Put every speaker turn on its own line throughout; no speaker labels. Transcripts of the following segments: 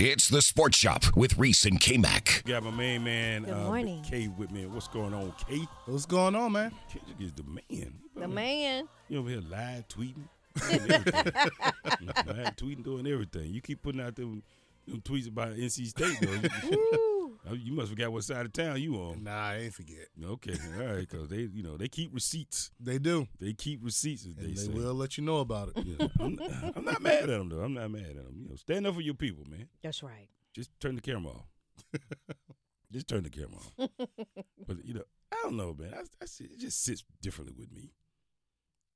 It's the Sports Shop with Reese and K Mac.
Got my main man,
Good
uh, Big
morning.
K with me. What's going on, K?
What's going on, man?
Kendrick is the man.
The man.
You over here live tweeting, doing everything. live tweeting, doing everything. You keep putting out them, them tweets about NC State, though. You-
Woo.
You, must forget what side of town you on.
Nah, I ain't forget.
Okay, all right, because they, you know, they keep receipts.
They do,
They keep receipts, as
and
they,
they,
say.
will let you know about it.
Yeah, I'm, I'm not mad at them though. I'm not mad at them. You know, stand up for your people, man.
That's right.
just turn the camera off. just turn the camera off. but you know, I don't know, man. I, I see- it just sits differently with me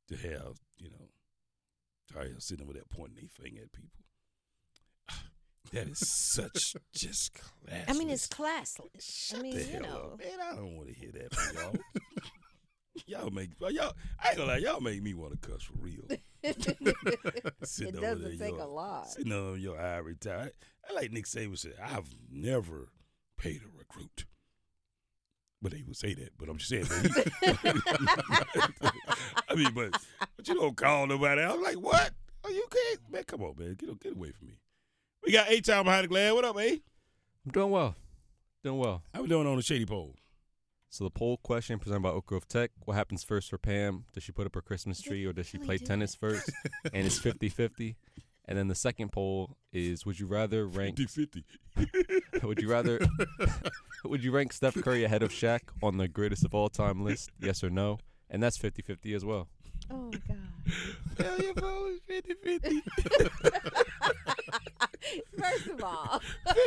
to have you know, Tyler sitting over there pointing their finger at people. That is such just classless.
I mean, it's classless. I
Shut
mean,
the
you
hell
know.
up, man. I don't want to hear that from y'all. y'all make well, y'all. I ain't gonna lie, y'all make me want to cuss for real.
It
Sitting over
doesn't
there,
take
y'all-
a lot.
Sitting on your ivory tower. I like Nick Saban said, I've never paid a recruit. But they would say that, but I'm just saying. man. I mean, but, but you don't call nobody. I'm like, what? Are you okay? Man, come on, man. Get, get away from me. We got A Town behind the glass. What up, A?
I'm doing well. Doing well.
How we doing on the Shady Pole?
So the poll question presented by Oak Grove Tech, what happens first for Pam? Does she put up her Christmas
Did
tree or does she
really
play
do
tennis first? and it's 50-50. And then the second poll is would you rather rank
50 50.
would you rather would you rank Steph Curry ahead of Shaq on the greatest of all time list? Yes or no? And that's 50-50 as well.
Oh, God.
Hell yeah, bro. It's 50 50.
First of all,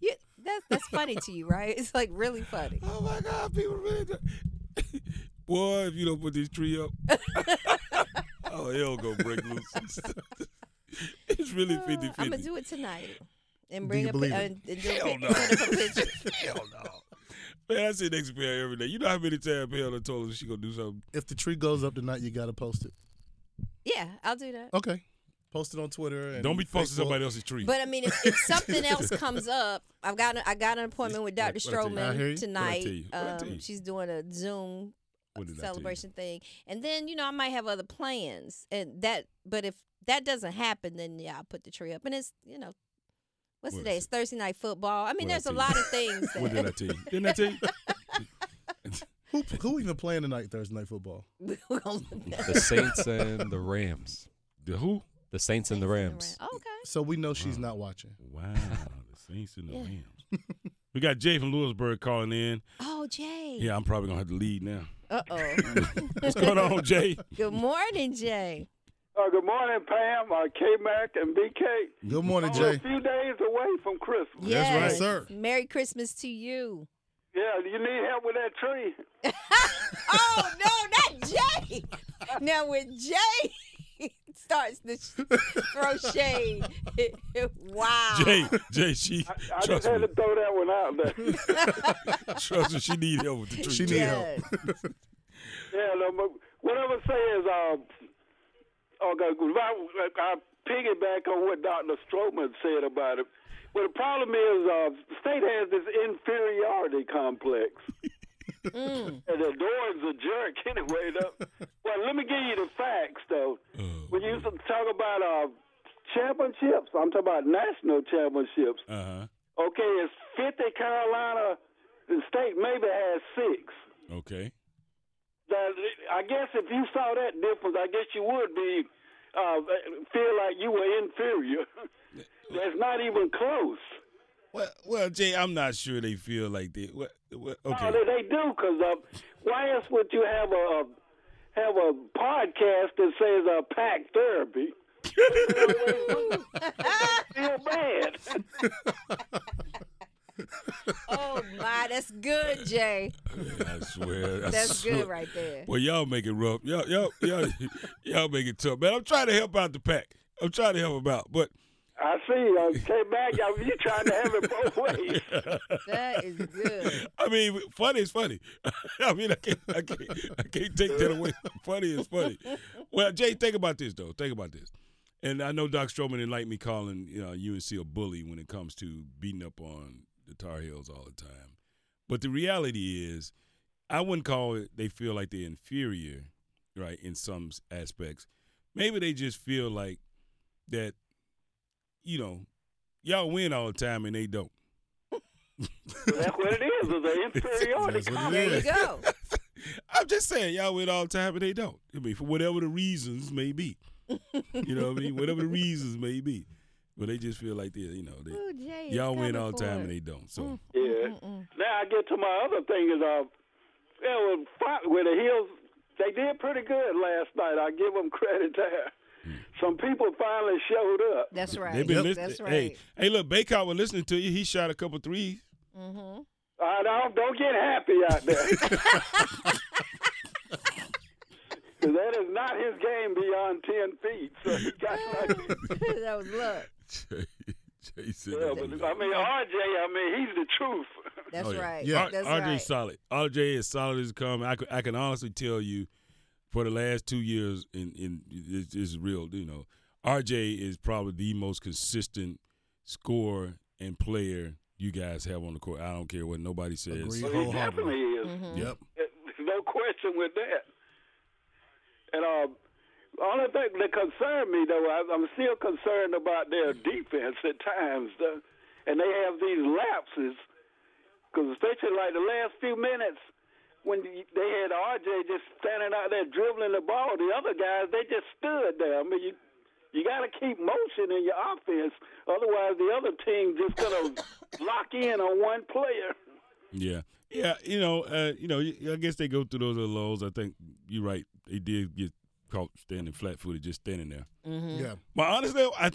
you, that's, that's funny to you, right? It's like really funny.
Oh my God, people really. Do. Boy, if you don't put this tree up, oh hell gonna break loose. it's really 50
I'm going to
50.
Uh, do it tonight and
Do
bring
you
up
believe
uh,
it?
and do a
Hell
pic-
no.
put up a picture.
hell no. Man, I see next pair every day. You know how many times Hell done told us she gonna do something?
If the tree goes up tonight, you gotta post it.
Yeah, I'll do that.
Okay, post it on Twitter. And
Don't be posting
Facebook.
somebody else's tree.
But I mean, if, if something else comes up, I've got a, I got an appointment with
What-
Dr.
what I tell you?
I hear
Strowman
you.
I tell
tonight.
you? What I tell you?
Um, she's doing a Zoom
What did I tell you?
celebration thing, and then you know I might have other plans, and that. But if that doesn't happen, then yeah, I'll put the tree up, and it's you know, what's
What I
today?
tell
It's Thursday night football. I mean,
What I
there's a
tell you?
lot of things.
What did I
That
tell you? Didn't I tell you?
Who who even playing tonight? Thursday night football.
we're gonna look at.
The Saints and the Rams.
The who?
The Saints and the Rams.
Oh, okay.
So we know she's not watching.
Wow, Mm-hmm. the Saints and the
Yeah.
Rams. we got Jay from Lewisburg calling in.
Oh, Jay.
Yeah, I'm probably gonna have to lead now.
Uh oh.
What's going on, Jay?
Good morning, Jay.
Uh, good morning, Pam, uh, K Mac, and BK.
Good morning,
We're a
Jay.
few days away from Christmas.
Yes.
right, sir.
Merry Christmas to you.
Yeah, you need help with that tree.
Oh no, not Jay. Now when Jay starts to sh- throw shade, wow.
Jay, Jay, she
I
trust
just had
me,
to throw that one out there.
trust me, she need help with the tree.
She need help.
Yes.
yeah, no, but what I would say is, uh, okay, if I, if I piggyback on what Dr. Stroman said about it. Well, the problem is, uh, the state has this inferiority complex. And the door's a jerk anyway. Though. Well, let me give you the facts, though.
Oh,
when you used to talk about uh, championships, I'm talking about national championships.
Uh huh.
Okay, it's 50 Carolina State maybe has six.
Okay.
Now, I guess if you saw that difference, I guess you would be uh, feel like you were inferior. That's not even close.
Well, well, Jay, I'm not sure they feel like they. What, what, okay.
No, they, they do, because uh, why else would you have a, a have a podcast that says uh, pack therapy? feel bad.
Oh my, that's good, Jay.
I swear. I
That's
swear.
good right there.
Well, y'all make it rough. Y'all, y'all, y'all, y'all make it tough, man. I'm trying to help out the pack. I'm trying to help them out, but
I see. Uh, came back. I mean, you trying to have it both ways.
That is good.
I mean, funny is funny. I mean, I can't, I can't, I can't take that away. Funny is funny. Well, Jay, think about this though. Think about this. And I know Doc Stroman didn't like me calling you know, UNC a bully when it comes to beating up on the Tar Heels all the time, but the reality is, I wouldn't call it. They feel like they're inferior, right? In some aspects, maybe they just feel like that. You know, y'all win all the time and they don't.
That's what it is. Is an inferiority
That's what it
There you
is.
go.
I'm just saying, y'all win all the time, and they don't. I mean, for whatever the reasons may be. you know what I mean? Whatever the reasons may be, but they just feel like they, you know,
Mm,
they,
Ooh, Jay is
y'all win
coming
all the
for
time,
it.
and they don't. So
Yeah. Now I get to my other thing is uh, it was fought with the Hills. They did pretty good last night. I give them credit there.
Hmm.
Some people finally showed up.
That's right.
they've been listening.
That's right.
Hey, hey, look, Baycott was listening to you. He shot a couple threes.
Uh, don't don't get happy out there. 'Cause that is not his game beyond ten feet. So he got nothing.
that was luck.
Jason,
Yeah, but, I mean, RJ. I mean, he's the truth.
That's
Oh, yeah.
right.
Yeah.
That's
RJ
right.
is solid. RJ is solid as it come. I, could- I can honestly tell you, for the last two years, in in it's, it's real. You know, RJ is probably the most consistent scorer and player you guys have on the court. I don't care what nobody says.
Agreed.
Well, he
Wholeheartedly.
definitely is.
Yep.
no question with that. And um, the only thing that concerned me though, I, I'm still concerned about their defense at times, though. and they have these lapses. Because especially like the last few minutes, when you- they had RJ just standing out there dribbling the ball, the other guys they just stood there. I mean, you you got to keep motion in your offense, otherwise the other team just gonna lock in on one player.
Yeah, yeah. You know, uh, you know. I guess they go through those little lows. I think you're right. They did get caught standing flat-footed, just standing there.
Yeah.
But honestly, I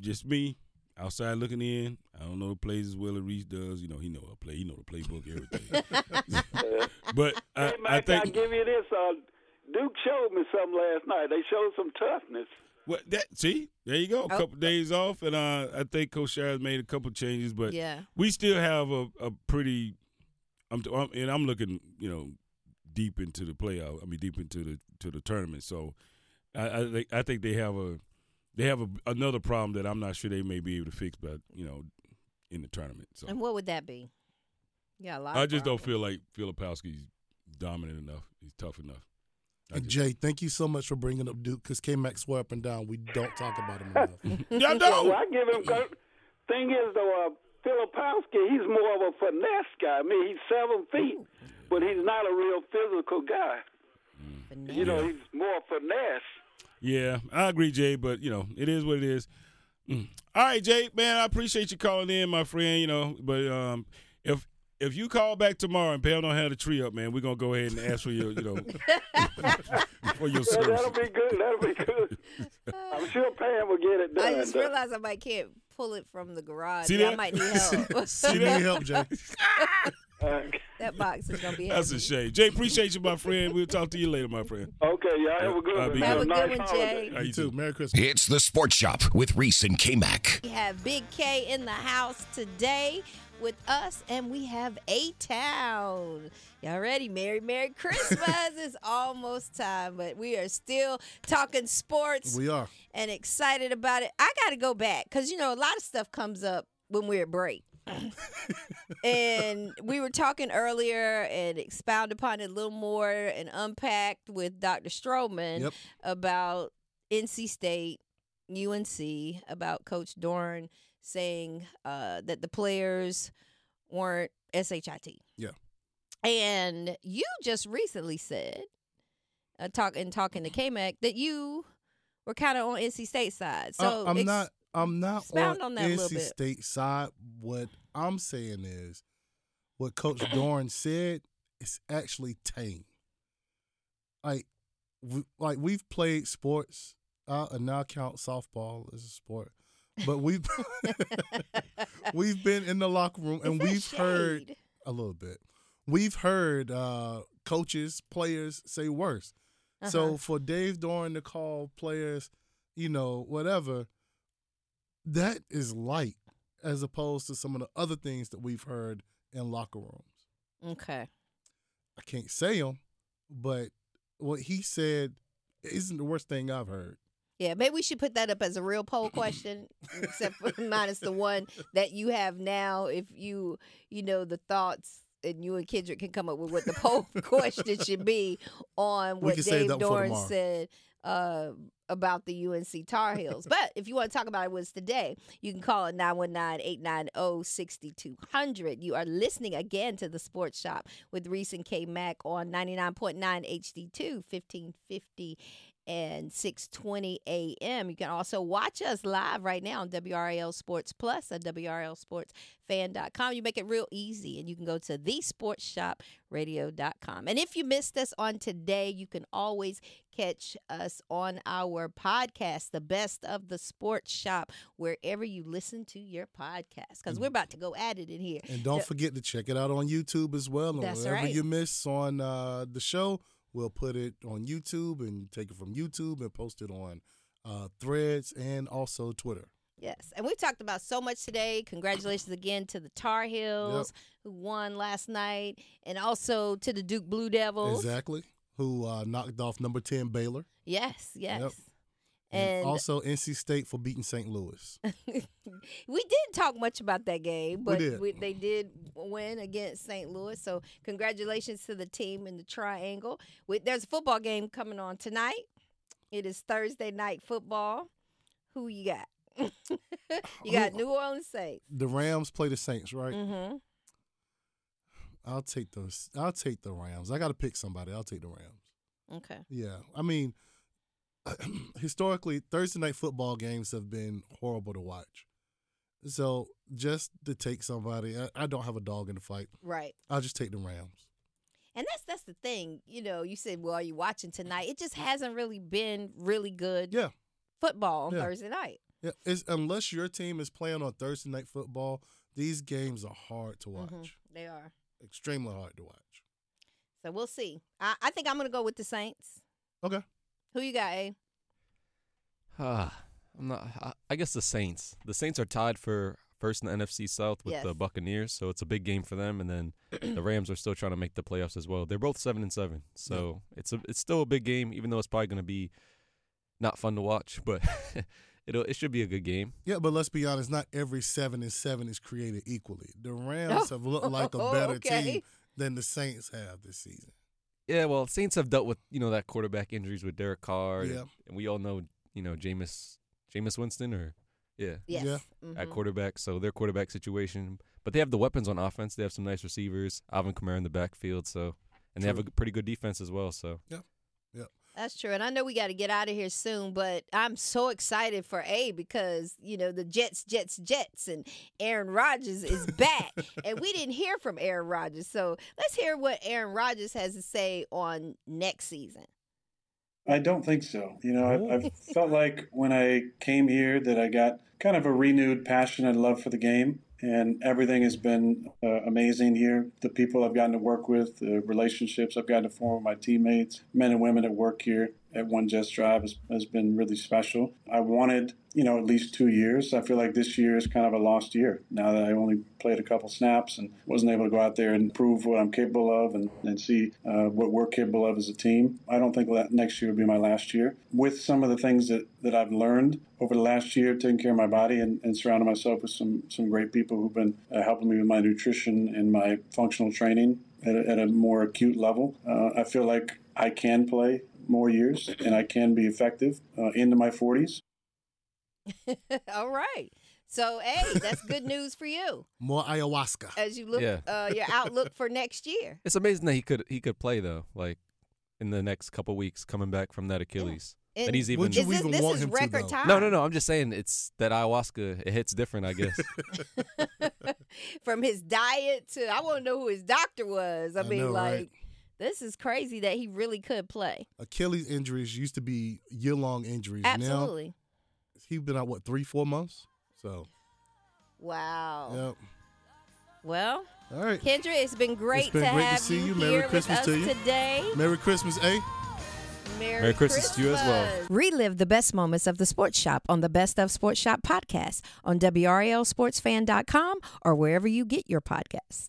just me outside looking in. I don't know the plays as well as Reese does. You know, he know a play. He know the playbook, everything. but I,
Hey,
I
Mike, I will
think
give you this. Uh, Duke showed me something last night. They showed some toughness.
what that see there you go. A couple days off, and uh, I think Coach Shires made a couple changes, but
Yeah.
we still have a, a pretty. I'm, I'm and I'm looking, you know, deep into the playoff. I mean, deep into the to the tournament. So I, I think I think they have a they have a, another problem that I'm not sure they may be able to fix, but you know, in the tournament. So
And what would that be? Yeah, a lot.
I
of
just don't
problems.
feel like Filipowski's dominant enough. He's tough enough. I
And
just-
Jay, thank you so much for bringing up Duke because K Mac swear up and down we don't talk about him enough.
Y'all
Well,
don't.
I give him. credit. Thing is, though, uh, Filipowski, he's more of a finesse guy. I mean, he's seven feet, but he's not a real physical guy. You know, he's more finesse.
Yeah, I agree, Jay. But you know, it is what it is. Mm. All right, Jay, man, I appreciate you calling in, my friend. You know, but um, if if you call back tomorrow and Pam don't have the tree up, man, we're gonna go ahead and ask for your, you know, for your
Yeah, that'll
services.
be good. That'll be good. I'm sure Pam will get it done.
I just
though.
realized I might can't pull it from the garage.
See
Yeah, I
that?
might need help.
You need help, Jay.
Uh,
that box is gonna be.
That's a
heavy.
shame. Jay, appreciate you, my friend. We'll talk to you later, my friend.
okay, y'all have a good
I'll
one.
be
Have a
good.
good one,
holiday.
Jay.
How you
You too.
doing?
Merry Christmas.
It's the Sports Shop with Reese and K Mac.
We have Big K in the house today with us, and we have A Town. Y'all ready? Merry, Merry Christmas. it's almost time, but we are still talking sports
We are.
and excited about it. I got to go back because, you know, a lot of stuff comes up when we're at break. and we were talking earlier and expound upon it a little more and unpacked with Dr. Stroman
Yep.
about NC State, UNC, about Coach Dorn saying uh, that the players weren't SHIT.
Yeah.
And you just recently said, uh, talk in talking to K-Mac, that you were kind of on NC State side. So
I, am
ex-
not. Uh, I'm not
expound
on,
on that a little
NC
bit.
State side. What I'm saying is, what Coach Dorn said is actually tame. Like, we, like we've played sports. Uh, and now I count softball as a sport, but we've we've been in the locker room and
Is that
we've heard
shade?
a little bit. We've heard uh, coaches, players say worse.
Uh-huh.
So for Dave Doran to call players, you know, whatever, that is light as opposed to some of the other things that we've heard in locker rooms.
Okay.
I can't say them, but what he said isn't the worst thing I've heard.
Yeah, maybe we should put that up as a real poll question, except for minus the one that you have now. If you, you know, the thoughts and you and Kendrick can come up with what the poll question should be on
We
what
can save
Dave
that one for
Dorn
tomorrow.
said uh, about the UNC Tar Heels. but if you want to talk about it with us today, you can call it 919 890 6200. You are listening again to the Sports Shop with Reese and K Mac on 99.9 HD2, 1550 and 6:20 a.m. You can also watch us live right now on WRL Sports Plus at WRLSportsFan.com. You make it real easy, and you can go to thesportshopradio.com. And if you missed us on today, you can always catch us on our podcast, The Best of the Sports Shop, wherever you listen to your podcast, because we're about to go at it in here.
And don't forget to check it out on YouTube as well. And
That's
whatever
right.
you miss on uh, the show, we'll put it on YouTube and take it from YouTube and post it on uh, Threads and also Twitter.
Yes, and we've talked about so much today. Congratulations again to the Tar Heels who won last night, and also to the Duke Blue Devils.
Exactly. Who uh, knocked off number 10 Baylor.
Yes, yes.
And,
And
also NC State for beating St. Louis.
we didn't talk much about that game, but
did.
we, they did win against St. Louis. So congratulations to the team in the Triangle. We, there's a football game coming on tonight. It is Thursday night football. Who you got? you got
Who-
New Orleans Saints.
The Rams play the Saints, right?
Mm-hmm.
I'll take those. I'll take the Rams. I got to pick somebody. I'll take the Rams.
Okay.
Yeah, I mean, historically, Thursday night football games have been horrible to watch. So just to take somebody, I, I don't have a dog in the fight.
Right.
I'll just take the Rams.
And that's that's the thing, you know. You said, "Well, are you watching tonight?" It just hasn't really been really good
Yeah,
football on
Yeah.
Thursday night.
yeah. It's, unless your team is playing on Thursday night football, these games are hard to watch.
Mhm, They are.
Extremely hard to watch.
So we'll see. I, I think I'm gonna go with the Saints.
Okay.
Who you got? A?
Ah, I'm not. I, I guess the Saints. The Saints are tied for first in the NFC South with the
Yes.
Buccaneers, so it's a big game for them. And then the Rams are still trying to make the playoffs as well. They're both seven and seven, so it's a it's still a big game, even though it's probably going to be not fun to watch. But it'll it should be a good game.
Yeah, but let's be honest. Not every seven and seven is created equally. The Rams have looked like a better
Okay.
team than the Saints have this season.
Yeah, well, Saints have dealt with you know that quarterback injuries with Derek Carr,
Yeah.
and, and we all know you know Jameis Jameis Winston or yeah.
Yes.
Yeah.
mhm.
at quarterback. So their quarterback situation, but they have the weapons on offense. They have some nice receivers, Alvin Kamara in the backfield. So and they have a
True.
g- pretty good defense as well. So
That's true. And I know we got to get out of here soon, but I'm so excited for A because, you know, the Jets, Jets, Jets, and Aaron Rodgers is back. and we didn't hear from Aaron Rodgers. So let's hear what Aaron Rodgers has to say on next season.
I don't think so. You know, I, I felt like when I came here that I got kind of a renewed passion and love for the game, and everything has been uh, amazing here. The people I've gotten to work with, the relationships I've gotten to form with my teammates, men and women at work here at One Just Drive has, has been really special. I wanted, you know, at least two years. I feel like this year is kind of a lost year now that I only played a couple snaps and wasn't able to go out there and prove what I'm capable of and, and see uh, what we're capable of as a team. I don't think that next year will be my last year. With some of the things that, that I've learned over the last year, taking care of my body and, and surrounding myself with some, some great people who've been uh, helping me with my nutrition and my functional training at a, at a more acute level, uh, I feel like I can play more years and I can be effective uh, into my 40s.
All right. So, A, that's good news for you
More ayahuasca.
as you look
Yeah.
uh, your outlook for next year.
it's amazing that he could he could play though. Like in the next couple weeks, coming back from that Achilles.
And
That he's even-
is
Would you
this,
even
this
want
is
him to,
record
though?
time.
No, no, no. I'm just saying it's that ayahuasca. It hits different, I guess.
From his diet to, I want to know who his doctor was. I,
I
mean,
know,
like,
right?
this is crazy that he really could play.
Achilles injuries used to be year long injuries.
Absolutely.
Now he's been out what three, four months. So
Wow.
yep.
Well,
All right.
Kendra, it's been great
been
to
great to
have
see
you
you.
here
Merry
with
Christmas
us
to you.
today.
Merry Christmas, eh?
Merry,
Merry Christmas to you as well.
Christmas. Relive the best moments of the Sports Shop on the Best of Sports Shop podcast on WRLSportsFan.com or wherever you get your podcasts.